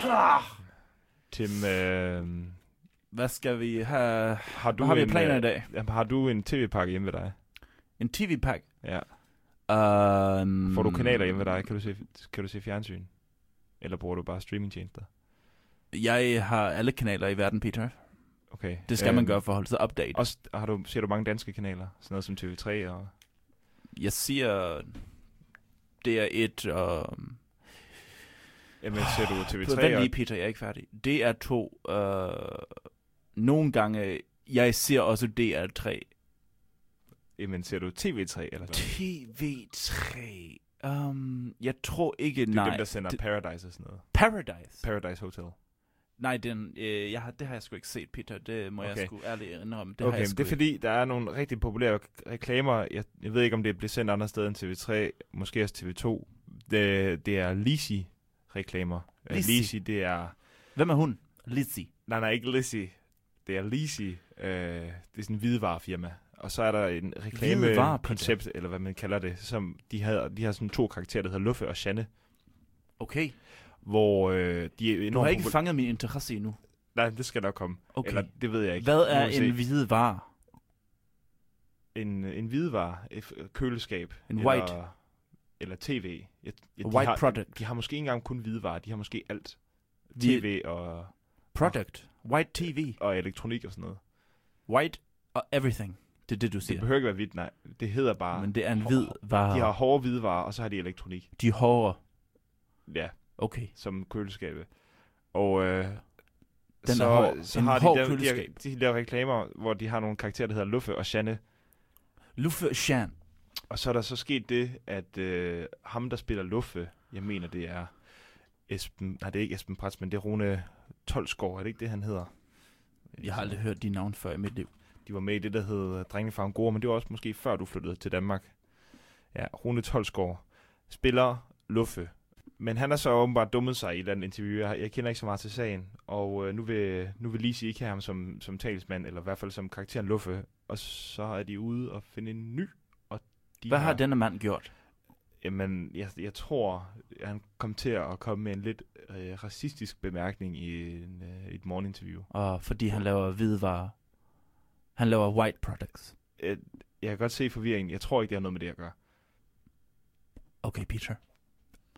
klar. Tim, øh, hvad skal vi have? Har du Hvad har vi en, af planer øh, i dag? jamen, Har du en tv-pakke hjemme ved dig? En tv-pakke? Ja. Um, Får du kanaler hjemme ved dig? Kan du se, kan du se fjernsyn? Eller bruger du bare streamingtjenester? Jeg har alle kanaler i verden, Peter. Okay. øh, Det skal man gøre for at holde sig update. Også, har du, ser du mange danske kanaler? Sådan noget som TV3 og... Jeg siger, det er et... um, og... Jamen, ser du TV3 Vent og... lige, Peter, jeg er ikke færdig. Det er to... Øh, nogle gange... Jeg ser også DR3. Jamen, ser du TV3 eller noget? TV3... Um, jeg tror ikke, Det er nej. dem, der sender Det- Paradise og sådan noget. Paradise? Paradise Hotel. nej, den, øh, jeg har, det har jeg sgu ikke set, Peter. Det må okay. jeg Okay. sgu ærligt indrømme. Det Det har okay, jeg men sgu det er ikke. fordi, der er nogle rigtig populære reklamer. Jeg, jeg ved ikke, om det bliver sendt andre steder end TV3, måske også TV2. Det, det er Lisi-reklamer. Lizzy. Lisi. Lisi, det er... Hvem er hun? Lizzie. Nej, nej, ikke Lisi. Det er Lisi. Øh, det er sådan en hvidevarefirma. Og så er der en Hvidevarekoncept. reklamekoncept, eller hvad man kalder det, som de havde, de har sådan to karakterer, der hedder Luffe og Shanne, Okay. hvor øh, de er enormt... Du har ikke popul- fanget min interesse endnu. Nej, det skal nok komme. Okay. Eller det ved jeg ikke. Hvad Nu er må vi se. en hvide vare? en, en hvidevare, et f- køleskab. En eller, white. Eller tv. Jeg, jeg, A white de har, product. De har måske ikke engang kun hvidevare, de har måske alt. De- TV og, Product. White TV. og elektronik og sådan noget. White og everything. Det er det, du Det siger. behøver ikke være hvidt, nej. Det hedder bare, Men det er en hvid vare. de har hårde hvidevarer, og så har de elektronik. De er hårdere. Ja, Okay. som køleskabe. Og øh, den er så, hård. så En har hård de, dem- de, køleskab. har- de laver reklamer, hvor de har nogle karakterer, der hedder Luffe og Shanne. Luffe Shan. Og så er der så sket det, at øh, ham, der spiller Luffe, jeg mener, det er Esben, nej, det er ikke Esben Prats, men det er Rune Tolsgaard, er det ikke det, han hedder? Jeg har aldrig hørt de navn før i mit liv. De var med i det, der hed øh, Drengene fra Angora, men det var også måske før, du flyttede til Danmark. Ja, Rune Tolsgaard spiller Luffe. Men han har så åbenbart dummet sig i et eller andet interview. Jeg, jeg kender ikke så meget til sagen. Og øh, nu vil, nu vil Lise ikke have ham som, som talsmand, eller i hvert fald som karakteren Luffe. Og så er de ude og finde en ny. Og de Hvad har denne mand gjort? Jamen, jeg, jeg tror, at han kom til at komme med en lidt øh, racistisk bemærkning i en, øh, et morgeninterview. Og fordi han laver hvidevarer. Han laver white products. Jeg, Øh, jeg kan godt se forvirringen. Jeg tror ikke, det har noget med det at gøre. Okay, Peter.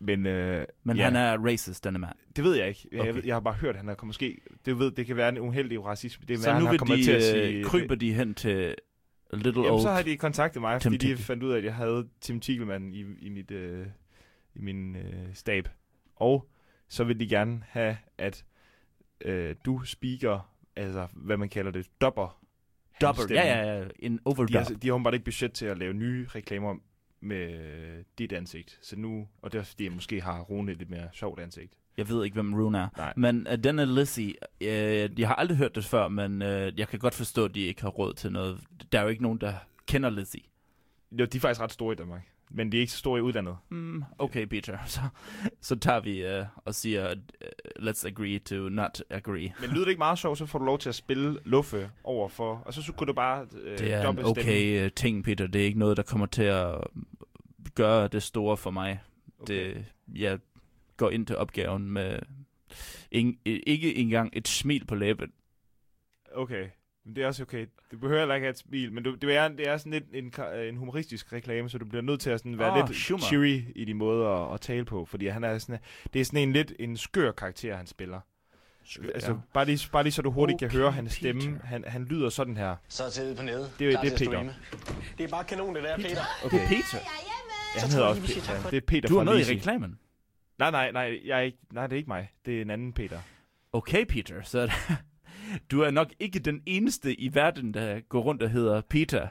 Men, øh, Men Ja. han er racist, denne mand. det ved jeg ikke. Jeg, Okay. okay. jeg har bare hørt, at han er kommet- måske... Det, ved, det kan være en uheldig racisme. Det er, Så han nu har vil kommet de, til at sige, øh, krybe de hen til Little Jamen, Old. så har de kontaktet mig, Tim fordi de Tickle. fandt ud af, at jeg havde Tim Tigelmann i, i, mit, øh, i min øh, stab. Og så vil de gerne have, at øh, du speaker, altså hvad man kalder det, dopper. hans Double. stemme. Ja, ja, ja. En De har, overdub. de har åbenbart ikke budget til at lave nye reklamer med øh, dit ansigt. Så nu, og det er også fordi, jeg måske har Rune et lidt mere sjovt ansigt. Jeg ved ikke, hvem Rune er. Nej. Men uh, denne Lizzie, uh, jeg har aldrig hørt det før, men uh, jeg kan godt forstå, at de ikke har råd til noget. Der er jo ikke nogen, der kender Lizzie. Jo, de er faktisk ret store i Danmark, men de er ikke så store i udlandet. Mm, okay, Peter. Så, så tager vi uh, og siger, uh, let's agree to not agree. Men lyder det ikke meget sjovt, så får du lov til at spille Luffe overfor, og så, så kunne du bare øh, Det er en dobbeltstemme. okay uh, ting, Peter. Det er ikke noget, der kommer til at gøre det store for mig. Okay. Det, jeg går ind til opgaven med ing, ikke engang et smil på læben. Okay, men det er også okay. Du behøver heller ikke have et smil, men du, det, er, det er sådan lidt en, ka- øh, en humoristisk reklame, så du bliver nødt til at sådan være Ah, oh, lidt Schumer. cheery i de måder at, at tale på, fordi han er sådan, det er sådan en lidt en skør karakter, han spiller. Altså, bare, lige, bare lige så du hurtigt okay, Okay, kan høre hans Peter. stemme. Han, han lyder sådan her. Så er tædet på nede. Det er- Klar det er til at Peter. streame. Det er bare kanon, det der, Peter. Okay. Det er Peter. Ja, han hedder også Peter. Det er Peter Du er fra med Lisi. i reklamen. Nej, nej, nej, jeg er ikke, nej, det er ikke mig. Det er en anden Peter. Okay, Peter, så du er nok ikke den eneste i verden, der går rundt og hedder Peter.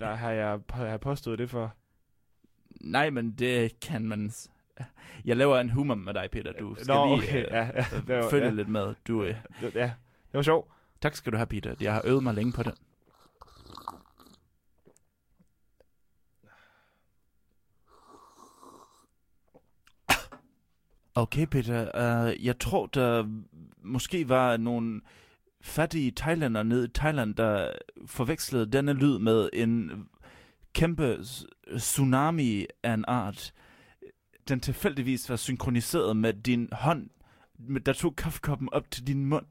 Der har jeg, har jeg påstået det for. Nej, men det kan man... s- Jeg laver en humor med dig, Peter. Du skal Nå, lige okay. øh, Ja, ja, det var- følge ja. lidt med. Du, øh, Det- Ja, det var sjovt. tak skal du have, Peter. Jeg har øvet mig længe på den. Okay, Peter. Uh, jeg tror, der måske var nogle fattige thailander nede i Thailand, der forvekslede denne lyd med en kæmpe s- tsunami af en art. Den tilfældigvis var synkroniseret med din hånd men der tog kaffekoppen op til din mund.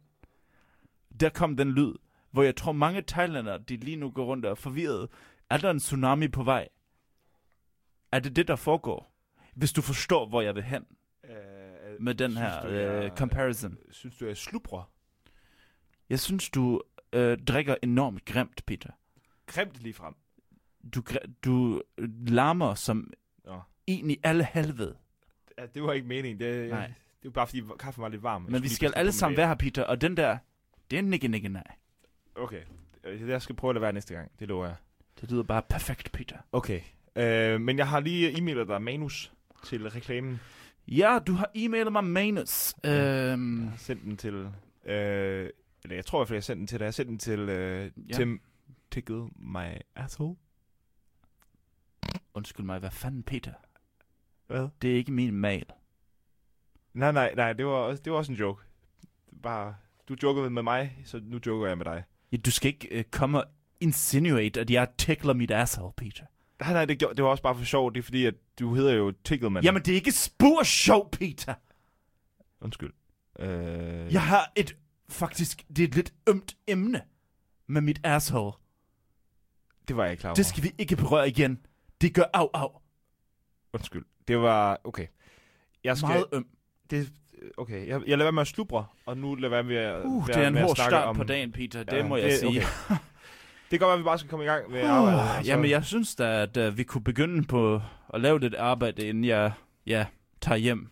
Der kom den lyd, hvor jeg tror mange thailandere, de lige nu går rundt og er forvirret. Er der en tsunami på vej? Er det det, der foregår? Hvis du forstår, hvor jeg vil hen Øh, med den synes her du, øh, jeg- comparison. Synes du, jeg slubrer? Jeg synes, du øh, drikker enormt grimt, Peter. Grimt lige frem. Du, gr- du øh, larmer som Nå. en i alle helvede. Ja, det var ikke meningen. Det, øh, Nej. det var bare, fordi kaffen var lidt varm. Jeg Men skulle vi lige skal passe på alle med sammen det. være her, Peter, og den der, det er nikke, nikke, nej. Okay. Øh, Jeg skal prøve at lade være næste gang. Det lover jeg. Det lyder bare perfekt, Peter. Okay. Øh, men jeg har lige emailet dig manus til reklamen. Ja, du har e-mailet mig manus. Øhm, Jeg har sendt den til... Øh, eller jeg tror i hvert fald, jeg sendte den til dig. Jeg sendte den til øh, Ja. ja. Tim Tickle My Asshole. undskyld mig, hvad fanden, Peter? Hvad? Det er ikke min mail. Nej, nej, nej. Det var, også, det var også en joke. Bare, du jokede med mig, så nu joker jeg med dig. Ja, du skal ikke øh, komme og insinuate, at jeg tickler mit asshole, Peter. Nej, nej, det, gjorde, det var også bare for sjov. Det er fordi, at du hedder jo Tickleman. Jamen, det er ikke spor sjov, Peter. Undskyld. Øh, Jeg har et, faktisk, det er et lidt ømt emne med mit asshole. Det var jeg ikke klar over. Det skal vi ikke berøre igen. Det gør af, af. Undskyld. Det var... Okay. Jeg skal... Meget øm. Det, okay, jeg, jeg lader være med at slubre, og nu lader være med at... Uh, være det er en med at hård snakke start om, på dagen, Peter. Det Ja, må jeg det- sige. okay. Det kan godt være, at vi bare skal komme i gang med arbejdet. Uh, og så- jamen, jeg synes da, at uh, vi kunne begynde på at lave lidt arbejde, inden jeg ja, tager hjem.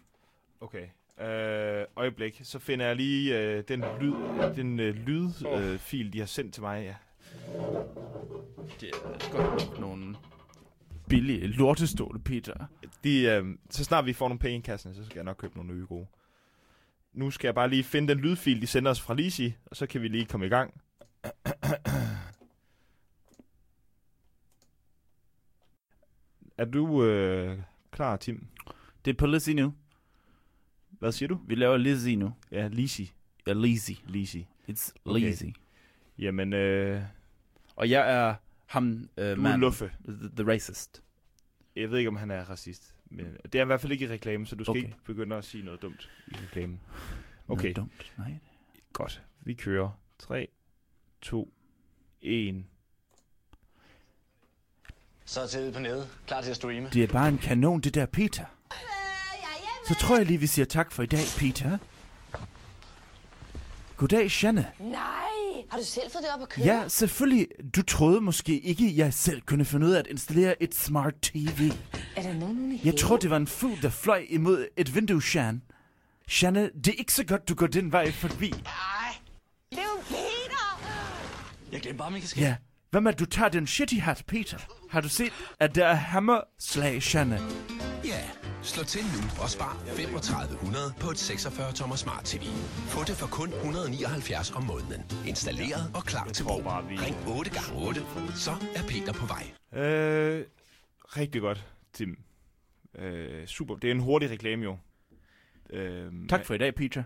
Okay. Øh, øjeblik, så finder jeg lige øh, den lyd, den øh, lydfil, øh, fil, de har sendt til mig. Ja. Det er godt nok nogle billige lortestole, Peter. De, øh, så snart vi får nogle penge i kassen, så skal jeg nok købe nogle nye gode. Nu skal jeg bare lige finde den lydfil, de sender os fra Lisi, og så kan vi lige komme i gang. Er du øh, klar, Tim? Det er på Lizzie nu. Hvad siger du? Vi laver Lizzie nu. Ja, Lisi. Ja, Lizzie. Lisi. It's Okay. Lizzie. Jamen, øh, Og jeg er ham, øh, du er manden. Luffe. The, the racist. Jeg ved ikke, om han er racist. Men det er han i hvert fald ikke i reklamen, så du skal Okay. okay. ikke begynde at sige noget dumt i reklamen. Okay, Noget dumt. Nej. godt. Vi kører. 3, 2, 1. Så er tiden på nede. Klar til at streame. Det er bare en kanon, det der Peter. Så tror jeg lige, vi siger tak for i dag, Peter. Goddag, Janne. Nej! Har du selv fået det op at køre? Ja, selvfølgelig. Du troede måske ikke, jeg selv kunne finde ud af at installere et smart tv. Er der nogen uden i Jeg tror, det var en fugl, der fløj imod et vindue, Shan. Shanne, det er ikke så godt, du går den vej forbi. Det er jo Peter! Jeg glemte bare min kasket. Ja. Hvad med, at du tager den shitty hat, Peter? Har du set, at der er hammerslag, Shanne? Ja, slå til nu og spar 3500 på et 46 tommer smart TV. Få det for kun 179 om måneden. Installeret og klar til brug. bare, vi- Ring 8 gange 8 så er Peter på vej. Øh, rigtig godt, Tim. Øh, super. Det er en hurtig reklame, jo. Øh, Tak for i dag, Peter.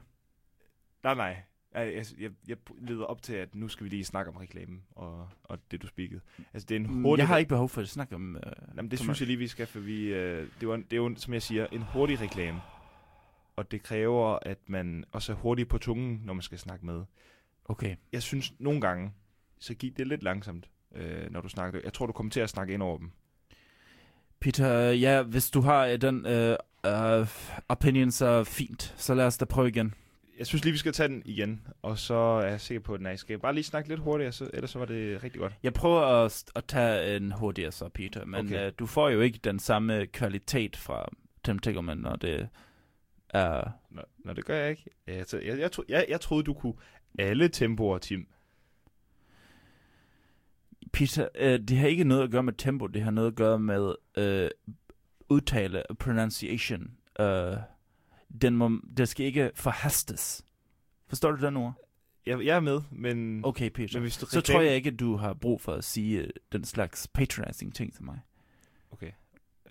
Nej, nej. Jeg, jeg, jeg, jeg leder op til, at nu skal vi lige snakke om reklamen og, og det, du speakede. Altså, det er en hurtig... Mm, Jeg har ikke behov for at snakke om... Øh, Jamen, det for synes meget. jeg lige, vi skal, for vi, øh, det, var, det er jo, som jeg siger, en hurtig reklame. Og det kræver, at man også er hurtig på tungen, når man skal snakke med. Okay. Jeg synes, nogle gange, så gik det lidt langsomt, øh, når du snakkede. Jeg tror, du kommer til at snakke ind over dem. Peter, øh, ja, hvis du har øh, den øh, øh, opinion, så fint. Så lad os da prøve igen. Jeg synes lige, vi skal tage den igen, og så er jeg sikker på, at nej, jeg skal bare lige snakke lidt hurtigere, så, ellers så var det rigtig godt. Jeg prøver at, st- at tage en hurtigere så, Peter, men okay. Okay. øh, du får jo ikke den samme kvalitet fra Tim Tickleman, når det er... Nå, nå det gør jeg ikke. Jeg, jeg, jeg, jeg, tro- jeg, jeg troede, du kunne alle tempoer, Tim. Peter, øh, det har ikke noget at gøre med tempo, det har noget at gøre med øh, udtale, pronunciation. Øh, den må, det skal ikke forhastes. Forstår du den ord? Jeg, jeg er med, men... Okay, Peter. men hvis du Så tror jeg ikke, at du har brug for at sige øh, den slags patronizing ting til mig. Okay.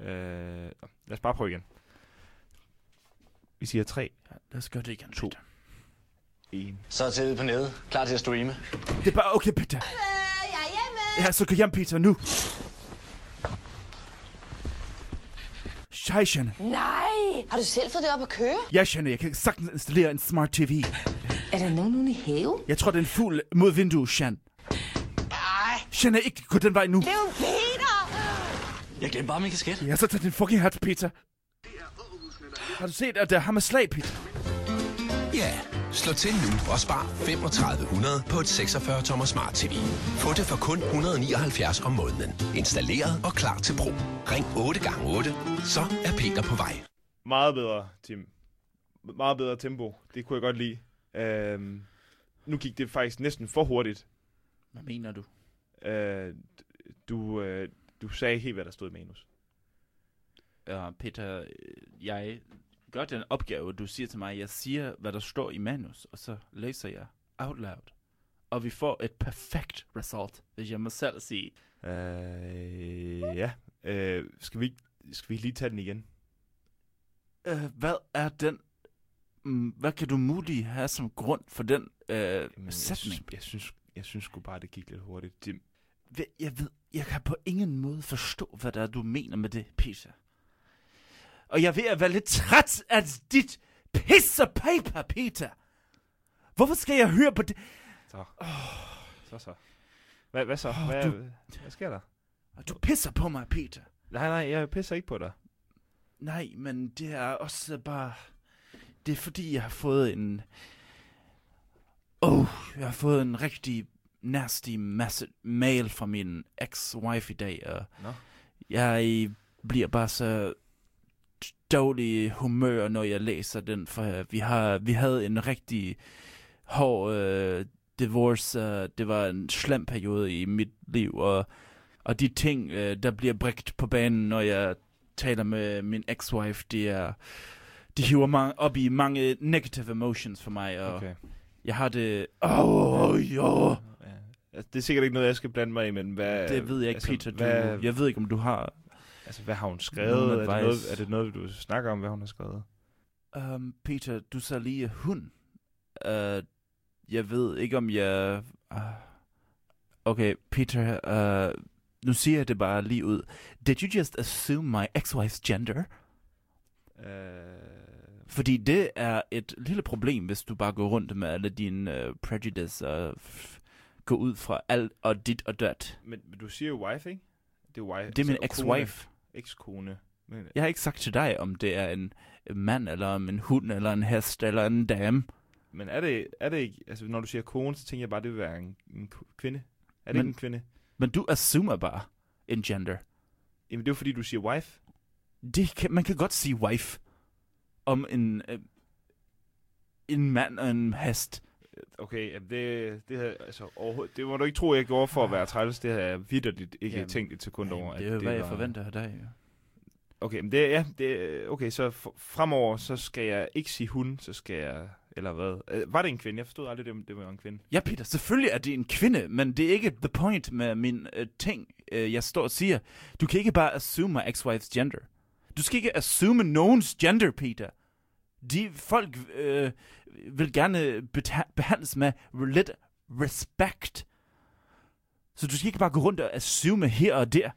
Øh, nå, lad os bare prøve igen. Vi siger 3, Ja, lad os gøre det igen, To. Peter. 1. Så er tiden på nede. Klar til at streame. Det er bare okay, Peter. Øh, Jeg er hjemme! Ja, så gå hjem, Peter, nu. Hej, Shanne. Nej! Har du selv fået det op at køre? Jeg kender, jeg kan sagtens installere en smart TV. Er der nogen ude i have? Jeg tror, den er fugl mod vinduet, Shan. Nej, Shan er ikke gå den vej nu. det er jo Peter! Jeg glemte bare min kasket. Jeg så tager din fucking hat, Peter. Har du set, at der er ham med slag, Peter? Ja, slå til nu og spar 3500 på et 46-tommer smart TV. Få det for kun 179 om måneden. Installeret og klar til brug. Ring 8 gange 8, så er Peter på vej. Meget bedre, Tim. Meget bedre tempo. Det kunne jeg godt lide. Øhm, nu gik det faktisk næsten for hurtigt. Hvad mener du? Øh, du, øh, du sagde helt, hvad der stod i manus. Ja, Peter, øh, jeg gør den opgave, du siger til mig. Jeg siger, hvad der står i manus, og så læser jeg out loud. Og vi får et perfekt result, hvis jeg må selv sige. Øh, ja. Øh, skal, vi, ikke- skal vi lige tage den igen? Øh, hvad er den... Mm, Hvad kan du muligt have som grund for den øh, Jamen, jeg, sætning? synes, jeg, synes, jeg synes sgu bare, det gik lidt hurtigt. Tim. Ved- Jeg ved, jeg kan på ingen måde forstå, hvad der er, du mener med det, Peter. Og jeg er ved at være lidt træt af dit pissepaper, Peter. Hvorfor skal jeg høre på det? Så. Oh. Så så. Hvad, hvad så? Åh, hvad, du- hvad sker der? Og Du pisser på mig, Peter. Nej, nej, jeg pisser ikke på dig. Nej, men det er også bare... Det er fordi, jeg har fået en... Oh, jeg har fået en rigtig nasty masse mail fra min ex-wife i dag, og Nå. jeg bliver bare så dårlig humør, når jeg læser den, for øh, vi, har, vi havde en rigtig hård øh, divorce, øh, det var en slem periode i mit liv, og, og de ting, øh, der bliver brigt på banen, når jeg taler med min ex-wife, det er, de hiver mange, op i mange negative emotions for mig, og okay. Okay. jeg har det, åh, oh, jo, oh, Ja. Altså, det er sikkert ikke noget, jeg skal blande mig i, men hvad... det ved jeg ikke, altså, Peter, du, Hvad, jeg ved ikke, om du har Altså, hvad har hun Nogen skrevet? Er det, advice? noget, er det noget, du snakker om, hvad hun har skrevet? Um, Peter, du sagde lige hund. Uh, jeg ved ikke, om jeg... Uh, okay, Peter, uh, nu siger jeg det bare lige ud. Did you just assume my ex-wife's gender? Øh, Fordi det er et lille problem, hvis du bare går rundt med alle dine uh, prejudice og f- går ud fra alt og dit og dat. men, men du siger jo wife, ikke? Det er, wife, Det er min altså, ex-wife. Kone, ex-kone. Men, Jeg har ikke sagt til dig, om det er en mand, eller om en hund, eller en hest, eller en dame. men er, det, er det ikke... Altså, når du siger kone, så tænker jeg bare, det vil være en, en ko- kvinde. Er det Men- ikke en kvinde? Men du assumer bare en gender. Jamen, det er jo fordi, du siger wife. Det kan, man kan godt sige wife om en, øh, en mand og en hest. Okay, jamen det, det, her, altså, overhovedet- det må du ikke tro, jeg gjorde for at være træls. Det har jeg vidderligt ikke Jamen, tænkt et sekund over. det at er jo, hvad jeg var- forventer af dig. Jo. Okay, men det, ja, det, okay, så f- fremover, så skal jeg ikke sige hun, så skal jeg, eller hvad? Øh, var det en kvinde? Jeg forstod aldrig, det, det var en kvinde. Ja, Peter, selvfølgelig er det en kvinde, men det er ikke the point med min øh, ting, øh, jeg står og siger. Du kan ikke bare assume my ex-wife's gender. Du skal ikke assume nogens gender, Peter. De folk øh, vil gerne beta- behandles med lidt respekt. Så du skal ikke bare gå rundt og assume her og der.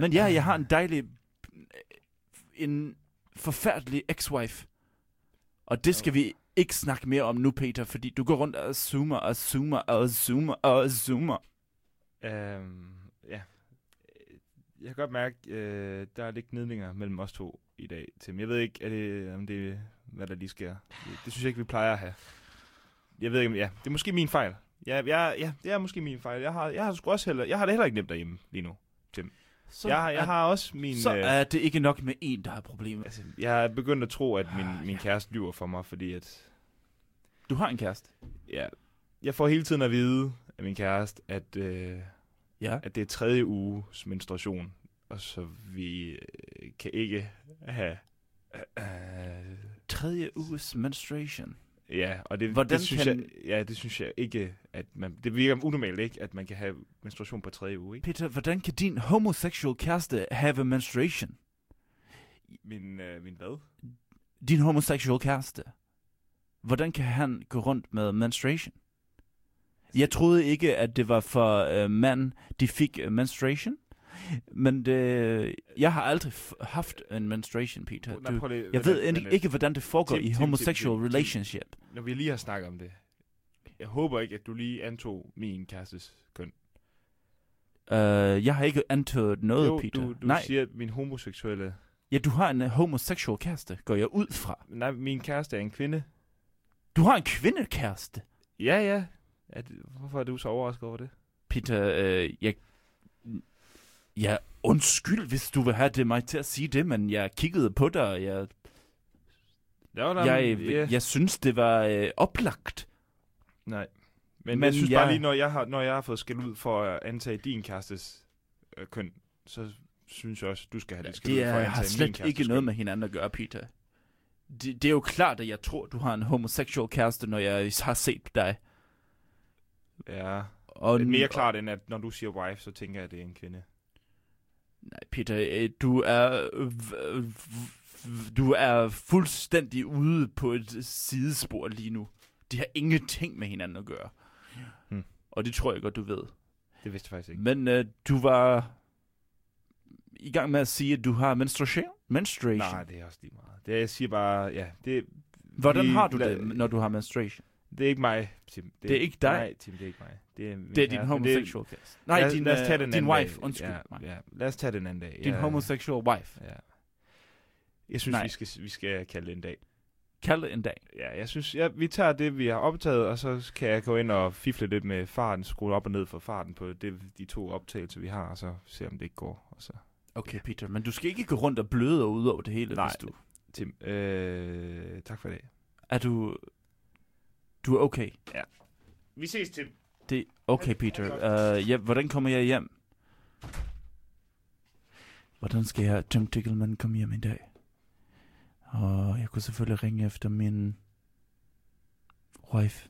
Men ja, jeg har en dejlig, en forfærdelig ex-wife. Og det skal vi ikke snakke mere om nu, Peter, fordi du går rundt og zoomer og zoomer og zoomer og zoomer. Øhm, ja. Øh, Jeg kan godt mærke, øh, der er lidt gnidninger mellem os to i dag, Tim. Jeg ved ikke, er det, om det, hvad der lige sker. Det, det synes jeg ikke, vi plejer at have. Jeg ved ikke, om- ja, det er måske min fejl. Ja, jeg, ja det er måske min fejl. Jeg har, jeg har sgu også heller, jeg har det heller ikke nemt derhjemme lige nu. Så, Så jeg, har- jeg er, har også min... så er det ikke nok med en, der har problemer. Altså, jeg er begyndt at tro, at min, min kæreste lyver for mig, fordi at, Du har en kæreste. ja, jeg får hele tiden at vide af min kæreste, at, øh, Ja. at det er tredje uges menstruation, og så vi øh, kan ikke have... Øh, Tredje uges menstruation. ja, og det, Hvordan det synes kan- jeg, ja, det synes jeg ikke, at man... Det virker unormalt ikke, at man kan have menstruation på tredje uge, ikke? Peter, hvordan kan din homoseksuel kæreste have a menstruation? Min, øh, min hvad? Din homoseksuel kæreste. Hvordan kan han gå rundt med menstruation? Jeg troede ikke, at det var for uh, mand, de fik øh, menstruation. Men det, jeg har aldrig f- haft en menstruation, Peter. Nej, Du, prøv lige- vent jeg lidt, ved ikke, vent lidt. ikke, hvordan det foregår Tim, i Tim, homosexual Tim, Tim, Tim. relationship. Når vi lige har snakket om det. Jeg håber ikke, at du lige antog min kærestes køn. Uh, jeg har ikke antaget noget, jo, Peter. du, du Nej, siger, at min homoseksuelle... ja, du har en øh, homoseksuel kæreste, går jeg ud fra. Nej, min kæreste er en kvinde. Du har en kvindekæreste, Ja, ja. Er det, hvorfor er du så overrasket over det? Peter. Øh, jeg, ja, undskyld, hvis du vil have det mig til at sige det, men jeg kiggede på dig, og jeg, Ja, jeg, ja. jeg synes, det var øh, oplagt. Nej. Men, Men men jeg synes jeg- bare lige, når jeg har, når jeg har fået skæld ud for at antage din kærestes øh, køn, så synes jeg også, du skal have det skæld Det ud for at er, har antage min slet kærestes ikke noget køn. med hinanden at gøre, Peter. Det, det er jo klart, at jeg tror, du har en homoseksuel kæreste, når jeg har set dig. Ja. Og Men mere klart end, at når du siger wife, så tænker jeg, at det er en kvinde. Nej, Peter, øh, du er... øh, v- v- Du er fuldstændig ude på et sidespor lige nu. De har ingenting med hinanden at gøre. Hmm. Og det tror jeg godt, du ved. Det vidste jeg faktisk ikke. Men øh, du var i gang med at sige, at du har menstruation. menstruation. Nej, det er også lige meget. Det, jeg siger bare, ja, det, Hvordan vi- har du lad- det, når du har menstruation? det er ikke mig, Tim. Det er ikke dig? Nej, Tim, det er ikke mig. Det er, min Det er din kæreste, men det- homoseksuel kæreste. Nej, lad, din, lad os tage øh, den din anden wife. Dag. Undskyld ja, mig. Ja, lad os tage den anden dag. Din ja, homoseksuel wife. Ja. Jeg synes, Nej. vi skal, vi skal kalde det en dag. Kald det en dag. Ja, jeg synes, ja, vi tager det, vi har optaget, og så kan jeg gå ind og fifle lidt med farten, skrue op og ned for farten på det, de to optagelser, vi har, og så se, om det ikke går. Og så. Okay, Peter, men du skal ikke gå rundt og bløde og ud over det hele, Nej. hvis du... Tim, øh, tak for i dag. Er du... Du er okay? Vi ses, Tim. Det okay, Peter. Uh, ja, hvordan kommer jeg hjem? Hvordan skal jeg, Tim Tickleman, komme hjem i dag? Og jeg kunne selvfølgelig ringe efter min wife.